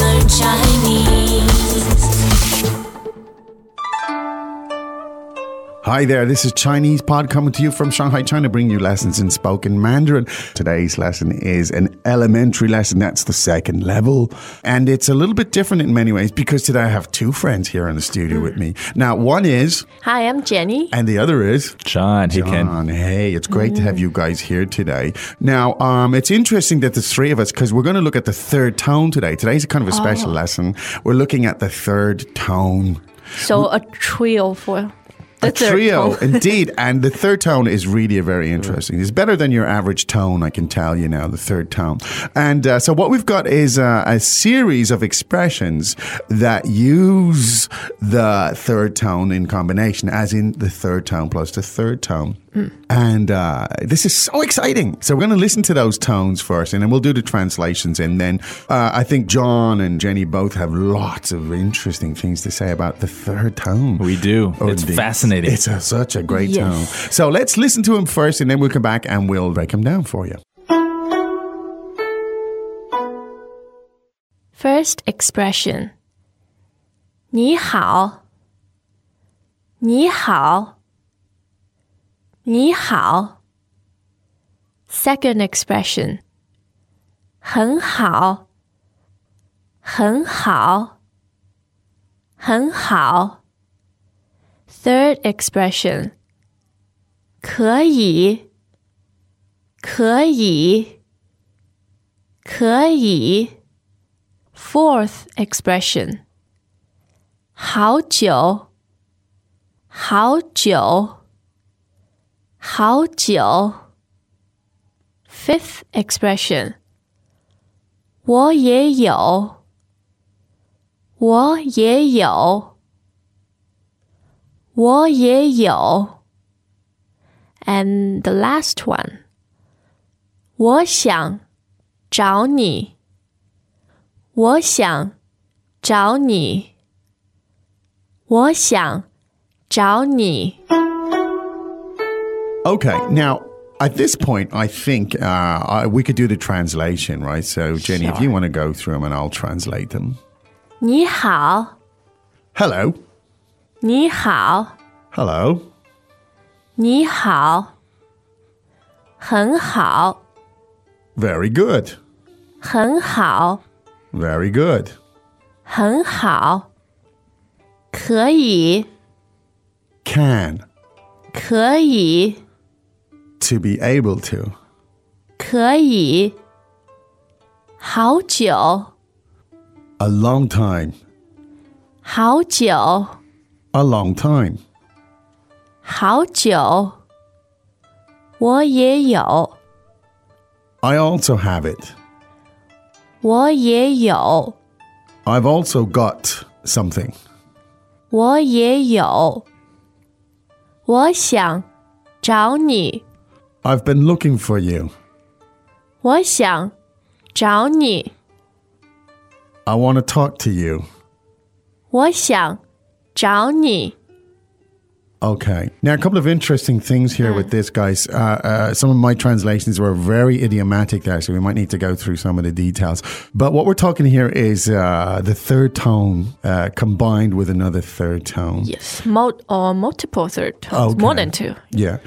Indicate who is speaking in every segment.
Speaker 1: learn Chinese.
Speaker 2: Hi there, this is Chinese Pod coming to you from Shanghai, China, bringing you lessons in spoken Mandarin. Today's lesson is an elementary lesson, that's the second level. And it's a little bit different in many ways because today I have two friends here in the studio with me. Now, one is,
Speaker 3: Hi, I'm Jenny.
Speaker 2: and the other is,
Speaker 4: John, he can.
Speaker 2: John. Hey, it's great to have you guys here today. Now, um, it's interesting that the three of us, because we're going to look at the third tone today. Today's kind of a special lesson. We're looking at the third tone.
Speaker 3: So a trio for the
Speaker 2: a
Speaker 3: third
Speaker 2: trio,
Speaker 3: tone.
Speaker 2: indeed. And the third tone is really a very interesting. It's better than your average tone, I can tell you now, the third tone. And uh, so what we've got is uh, a series of expressions that use the third tone in combination, as in the third tone plus the third tone. And uh, this is so exciting. So we're going to listen to those tones first, and then we'll do the translations. And then uh, I think John and Jenny both have lots of interesting things to say about the third tone.
Speaker 4: We do.
Speaker 2: Oh,
Speaker 4: it's
Speaker 2: indeed.
Speaker 4: fascinating.
Speaker 2: It's a, such a great
Speaker 3: Yes.
Speaker 2: tone. So let's listen to him first, and then we'll come back and we'll break him down for you.
Speaker 3: First expression. 你好,你好,你好. Second expression. 很好,很好,很好. Third expression. 可以,可以,可以. Fourth expression. 好久,好久,好久. Fifth expression. 我也有,我也有,我也有. And the last one. 我想找你。我想找你，我想找你。
Speaker 2: Okay, now. At this point, I think uh, I, we could do the translation, right? So, Jenny, if you want to go through them and I'll translate them.
Speaker 3: 你好，
Speaker 2: Hello.
Speaker 3: 你好，
Speaker 2: Hello.
Speaker 3: 你好，很好，
Speaker 2: Very good.
Speaker 3: 很好，
Speaker 2: Very good.
Speaker 3: 很好，可以，
Speaker 2: Can.
Speaker 3: 可以，
Speaker 2: To be able to.
Speaker 3: 可以，好久，
Speaker 2: A long time.
Speaker 3: 好久，
Speaker 2: A long time.
Speaker 3: 好久，我也有。
Speaker 2: I also have it.
Speaker 3: 我也有，
Speaker 2: I've also got something.
Speaker 3: 我也有。我想找你，
Speaker 2: I've been looking for you.
Speaker 3: 我想找你，
Speaker 2: I want to talk to you.
Speaker 3: 我想找你。
Speaker 2: Okay. Now, a couple of interesting things here with this, guys. Uh, uh, some of my translations were very idiomatic there, so we might need to go through some of the details. But what we're talking here is uh, the third tone uh, combined with another third tone.
Speaker 3: Yes, mul or uh, multiple third tones,
Speaker 2: Ah, Okay.
Speaker 3: more than two.
Speaker 2: Yeah.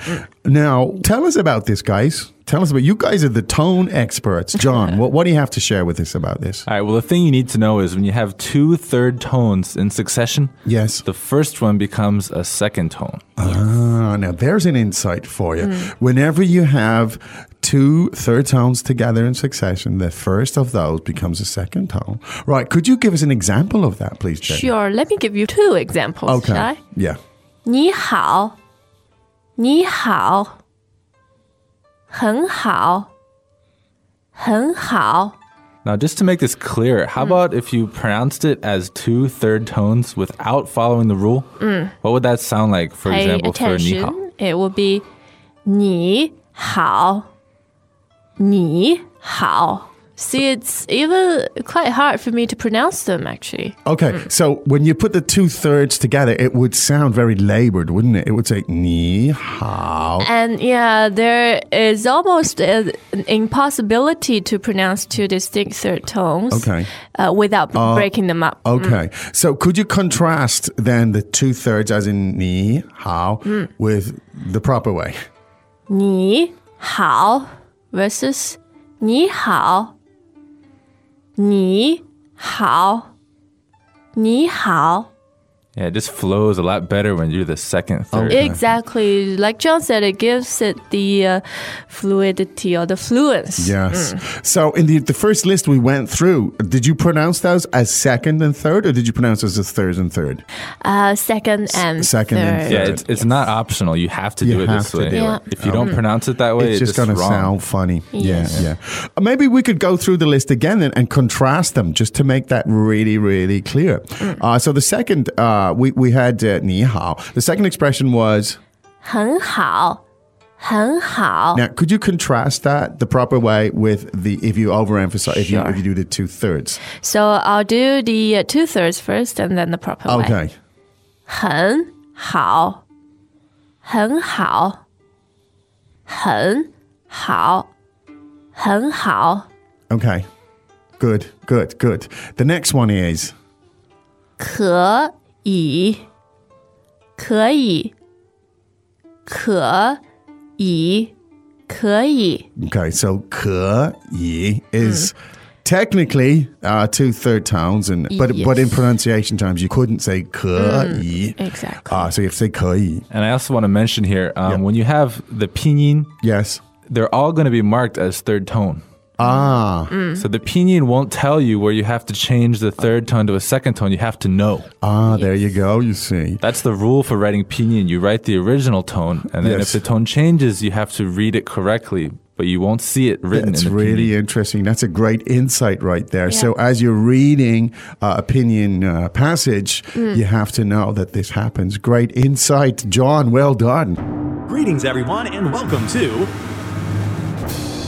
Speaker 2: Now, tell us about this, guys. Tell us about you guys are the tone experts. John, what, what do you have to share with us about this?
Speaker 4: All right. Well, the thing you need to know is when you have two third tones in succession,
Speaker 2: Yes.
Speaker 4: the first one becomes a second tone.
Speaker 2: Ah, now there's an insight for you.
Speaker 3: Hmm.
Speaker 2: Whenever you have two third tones together in succession, the first of those becomes a second tone. Right. Could you give us an example of that, please, Jay?
Speaker 3: Sure, let me give you two examples.
Speaker 2: Okay.
Speaker 3: shall I?
Speaker 2: Yeah.
Speaker 3: 你好，你好，很好，很好。
Speaker 4: Now, just to make this clear, how about if you pronounced it as two third tones without following the rule? What would that sound like, for
Speaker 3: pay
Speaker 4: example, for
Speaker 3: attention,
Speaker 4: Nihao?
Speaker 3: it will be 你好, ni hao. See, it's even quite hard for me to pronounce them actually.
Speaker 2: Okay,
Speaker 3: Hmm.
Speaker 2: so when you put the two thirds together, it would sound very labored, wouldn't it? It would say ni hao.
Speaker 3: And yeah, there is almost uh, an impossibility to pronounce two distinct third tones
Speaker 2: Okay. uh,
Speaker 3: uh, without breaking them up.
Speaker 2: Okay, so could you contrast then the two thirds, as in ni hao,
Speaker 3: Hmm.
Speaker 2: with the proper way?
Speaker 3: 你好 versus 你好，你好，你好。
Speaker 4: Yeah, it just flows a lot better when you're the second,
Speaker 2: Oh,
Speaker 4: third.
Speaker 3: Exactly, like John said, it gives it the uh, fluidity or the fluence.
Speaker 2: Yes.
Speaker 3: Mm.
Speaker 2: So in the the first list we went through, did you pronounce those as second and third, or did you pronounce those as third and third?
Speaker 3: Uh, second and
Speaker 2: second and
Speaker 3: third.
Speaker 4: Yeah, it's, it's not optional. You have to
Speaker 2: You
Speaker 4: do it
Speaker 2: have
Speaker 4: this
Speaker 2: to
Speaker 4: way.
Speaker 2: do
Speaker 3: it. Yeah.
Speaker 4: If you don't pronounce it that way,
Speaker 2: it's just
Speaker 4: going
Speaker 2: gonna
Speaker 4: to
Speaker 2: sound funny.
Speaker 3: Yes.
Speaker 2: Yeah, yeah. Uh, Maybe we could go through the list again and, and contrast them just to make that really, really clear.
Speaker 3: Mm.
Speaker 2: Uh, so the second uh, we we had uh, ni hao. The second expression was
Speaker 3: 很好，很好。
Speaker 2: now. Could you contrast that the proper way with the if you overemphasize if you
Speaker 3: Sure.
Speaker 2: if you do the two thirds?
Speaker 3: So I'll do the uh, two thirds first, and then the proper way.
Speaker 2: Okay.
Speaker 3: 很好，很好，很好，很好，
Speaker 2: Okay. Good. Good. Good. The next one is.
Speaker 3: 可以，可以，可以，可以，
Speaker 2: Okay, so ke yi
Speaker 3: Mm.
Speaker 2: is technically uh, two third tones, and but but in
Speaker 3: Yes. Mm,
Speaker 2: pronunciation terms you couldn't say ke yi.
Speaker 3: exactly.
Speaker 2: Uh, so you have to say ke yi.
Speaker 4: And I also want to mention here um,
Speaker 2: Yeah.
Speaker 4: when you have the pinyin,
Speaker 3: Mm.
Speaker 2: Yes.
Speaker 4: they're all going to be marked as third tone.
Speaker 2: Ah,
Speaker 3: Mm.
Speaker 4: So the pinyin won't tell you where you have to change the third tone to a second tone. You have to know.
Speaker 2: ah, there you go. You see.
Speaker 4: That's the rule for writing pinyin. You write the original tone, and then
Speaker 2: Yes.
Speaker 4: if the tone changes, you have to read it correctly, but you won't see it written
Speaker 2: That's
Speaker 4: in the
Speaker 2: really
Speaker 4: pinyin.
Speaker 2: interesting. That's a great insight right there. So as you're reading uh, opinion uh, passage,
Speaker 3: Mm.
Speaker 2: you have to know that this happens. Great insight, John. Well done.
Speaker 5: Greetings, everyone, and welcome to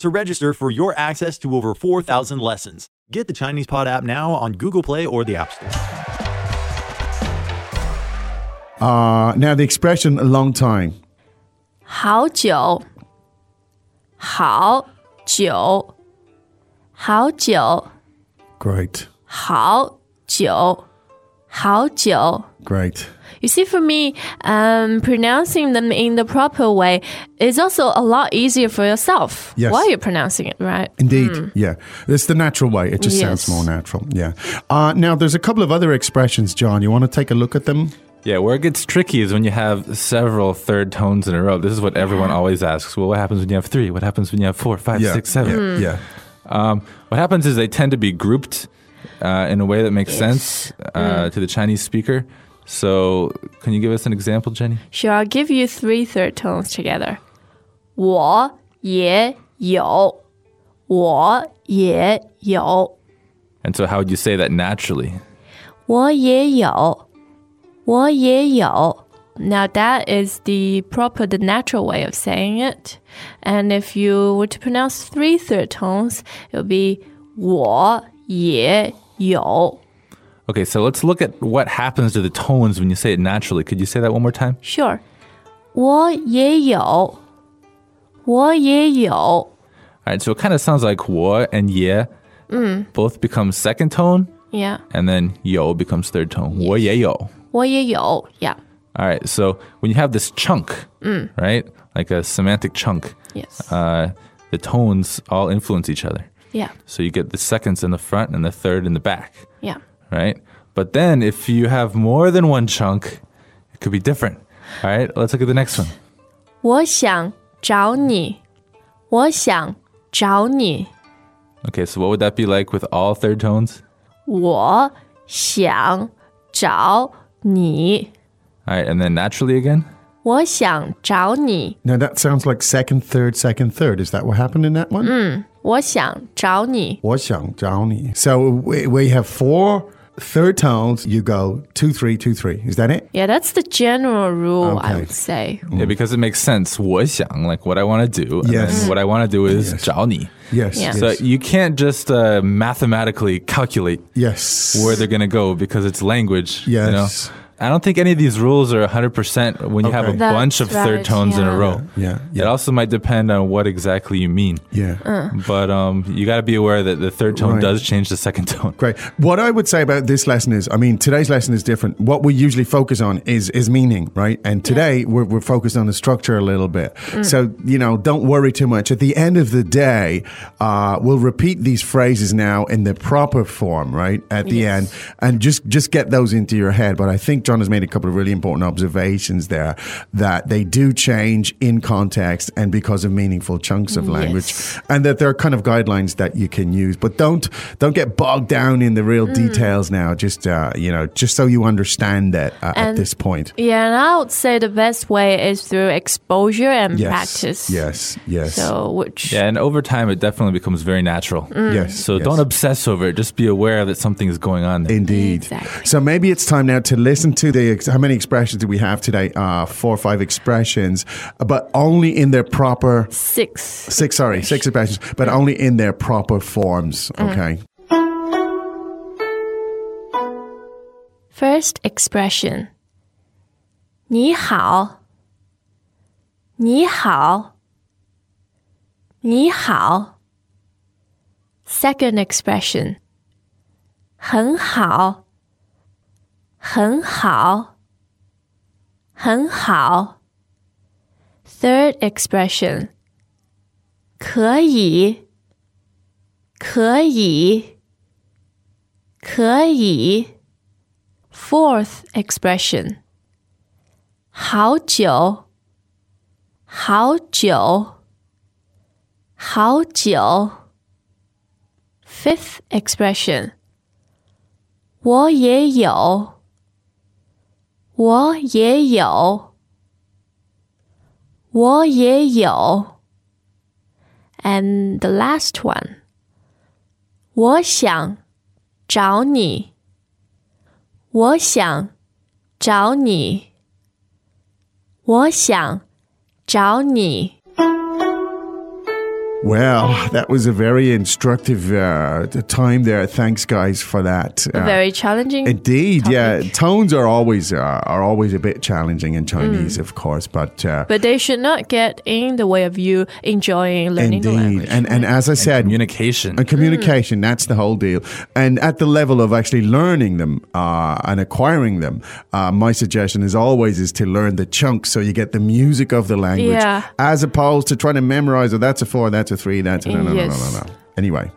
Speaker 5: to register for your access to over 4,000 lessons. Get the Chinese Pod app now on Google Play or the App Store.
Speaker 2: Uh, now the expression "a long time."
Speaker 3: 好久，好久，好久，
Speaker 2: Great,
Speaker 3: 好久，好久。
Speaker 2: great.
Speaker 3: You see, for me, um, pronouncing them in the proper way is also a lot easier for yourself
Speaker 2: Yes.
Speaker 3: while you're pronouncing it, right?
Speaker 2: Indeed, yeah. It's the natural way. It just sounds
Speaker 3: Hmm. Yes.
Speaker 2: more natural. Yeah. Uh, now, there's a couple of other expressions, John. You want to take a look at them?
Speaker 4: Yeah, where it gets tricky is when you have several third tones in a row. This is what everyone always asks. Well, what happens when you have three? What happens when you have four, five,
Speaker 2: Yeah,
Speaker 4: six, seven?
Speaker 2: yeah,
Speaker 3: Hmm.
Speaker 2: yeah.
Speaker 4: Um, what happens is they tend to be grouped uh, in a way that makes sense uh, to the Chinese speaker. So, can you give us an example, Jenny?
Speaker 3: Sure, I'll give you three third tones together. 我也有,我也有.
Speaker 4: And so, how would you say that naturally?
Speaker 3: 我也有,我也有. Now that is the proper, the natural way of saying it. And if you were to pronounce three third tones, it would be 我也有.
Speaker 4: Okay, so let's look at what happens to the tones when you say it naturally. Could you say that one more time?
Speaker 3: Sure. 我也有,我也有.
Speaker 4: All right, so it kind of sounds like wo and ye both become second tone,
Speaker 3: Yeah.
Speaker 4: and then yo becomes third tone. Wo ye yo.
Speaker 3: 我也有. Yeah.
Speaker 4: All right, so when you have this chunk, right, like a semantic chunk,
Speaker 3: Yes.
Speaker 4: uh, the tones all influence each other.
Speaker 3: yeah.
Speaker 4: So you get the seconds in the front and the third in the back,
Speaker 3: Yeah.
Speaker 4: right? But then if you have more than one chunk, it could be different. All right, let's look at the next one.
Speaker 3: 我想找你。我想找你。找你，
Speaker 4: Okay, so what would that be like with all third tones?
Speaker 3: 我想找你，
Speaker 4: All right, and then naturally again?
Speaker 3: 我想找你，
Speaker 2: Now that sounds like second, third, second, third. Is that what happened in that one?
Speaker 3: Hmm. 我想找你。
Speaker 2: 我想找你. So we, we have four third tones. You go two, three, two, three. Is that it?
Speaker 3: Yeah, that's the general rule I
Speaker 2: Okay.
Speaker 3: would say.
Speaker 4: Yeah, because it makes sense. 我想, like what I want to do. And
Speaker 2: Yes.
Speaker 4: then what I want to do is
Speaker 2: Yes.
Speaker 4: 找你.
Speaker 2: Yes.
Speaker 3: Yeah.
Speaker 2: Yes.
Speaker 4: So you can't just uh, mathematically calculate
Speaker 2: yes.
Speaker 4: where they're going to go because it's language. You know?
Speaker 2: Yes.
Speaker 4: I don't think any of these rules are 100% when you have a
Speaker 2: Okay.
Speaker 3: That's
Speaker 4: bunch of
Speaker 3: right,
Speaker 4: third tones in
Speaker 3: yeah.
Speaker 4: a row.
Speaker 2: Yeah, yeah.
Speaker 4: It also might depend on what exactly you mean.
Speaker 2: yeah.
Speaker 4: But um, you got to be aware that the third tone
Speaker 2: Right.
Speaker 4: does change the second tone.
Speaker 2: Great. What I would say about this lesson is, I mean, today's lesson is different. What we usually focus on is is meaning, right? And today we're, we're focused on the structure a little bit. So you know, don't worry too much. At the end of the day, uh, we'll repeat these phrases now in the proper form, right? At the end, and just just get those into your head. But I think John has made a couple of really important observations there that they do change in context and because of meaningful chunks of language and that there are kind of guidelines that you can use but don't don't get bogged down in the real
Speaker 3: Mm.
Speaker 2: details now just uh, you know just so you understand that uh, at
Speaker 3: And-
Speaker 2: this point
Speaker 3: Yeah, and I would say the best way is through exposure and
Speaker 2: yes
Speaker 3: practice.
Speaker 2: yes yes
Speaker 3: So, mm. which
Speaker 4: Yeah, and over time, it definitely becomes very natural.
Speaker 2: yes
Speaker 4: So
Speaker 2: yes.
Speaker 4: don't obsess over it. Just be aware that something is going on. There.
Speaker 2: Indeed.
Speaker 3: Exactly.
Speaker 2: So maybe it's time now to listen to the ex- how many expressions do we have today? Uh, four or five expressions, but only in their proper
Speaker 3: six. Mm.
Speaker 2: six. Sorry, six expressions, but only in their proper forms. Okay.
Speaker 3: First expression. 你好.你好.你好. Second expression. 很好.很好.很好. Third expression. 可以.可以.可以. Fourth expression. 好久,好久,好久. Fifth expression. 我也有,我也有,我也有. And the last one. 我想找你。我想找你，我想找你。
Speaker 2: Well, that was a very instructive uh, t- time there. Thanks, guys, for that. Uh,
Speaker 3: Very challenging.
Speaker 2: Indeed, yeah.
Speaker 3: topic.
Speaker 2: Tones are always uh, are always a bit challenging in Chinese, of course, but uh,
Speaker 3: Mm. But they should not get in the way of you enjoying learning the
Speaker 2: indeed,
Speaker 3: language.
Speaker 2: and and as I said,
Speaker 4: Communication.
Speaker 2: And communication, that's the whole deal. And at the level of actually learning them uh, and acquiring them, uh, my suggestion is always is to learn the chunks so you get the music of the language
Speaker 3: Yeah.
Speaker 2: as opposed to trying to memorize, oh, that's a four, that's a three, that's a no, no,
Speaker 3: Yes.
Speaker 2: no, no, no, no. Anyway.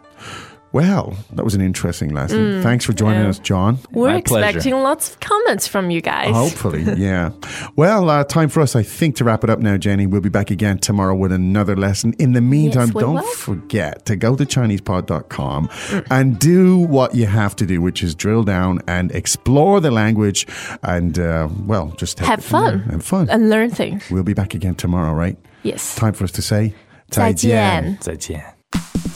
Speaker 2: Well, that was an interesting
Speaker 3: Mm.
Speaker 2: lesson. Thanks for joining us, John.
Speaker 3: We're
Speaker 4: My pleasure.
Speaker 3: expecting lots of comments from you guys.
Speaker 2: Hopefully, yeah. Well, uh, time for us, I think, to wrap it up now, Jenny. We'll be back again tomorrow with another lesson. In the meantime,
Speaker 3: Yes, we
Speaker 2: don't
Speaker 3: will.
Speaker 2: forget to go to ChinesePod.com and do what you have to do, which is drill down and explore the language and, uh, well, just take
Speaker 3: Have
Speaker 2: it from there.
Speaker 3: fun.
Speaker 2: Have fun.
Speaker 3: And learn things.
Speaker 2: we'll be back again tomorrow, right?
Speaker 3: Yes.
Speaker 2: Time for us to say
Speaker 3: 再见。
Speaker 4: 再见.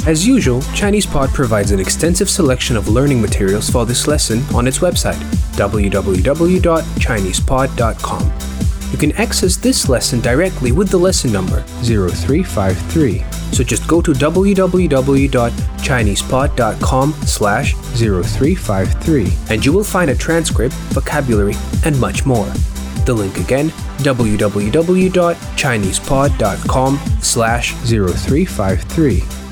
Speaker 6: As usual, ChinesePod provides an extensive selection of learning materials for this lesson on its website, www.chinesepod.com. You can access this lesson directly with the lesson number 0353. So just go to www.chinesepod.com slash 0353 and you will find a transcript, vocabulary, and much more. The link again, www.chinesepod.com slash 0353.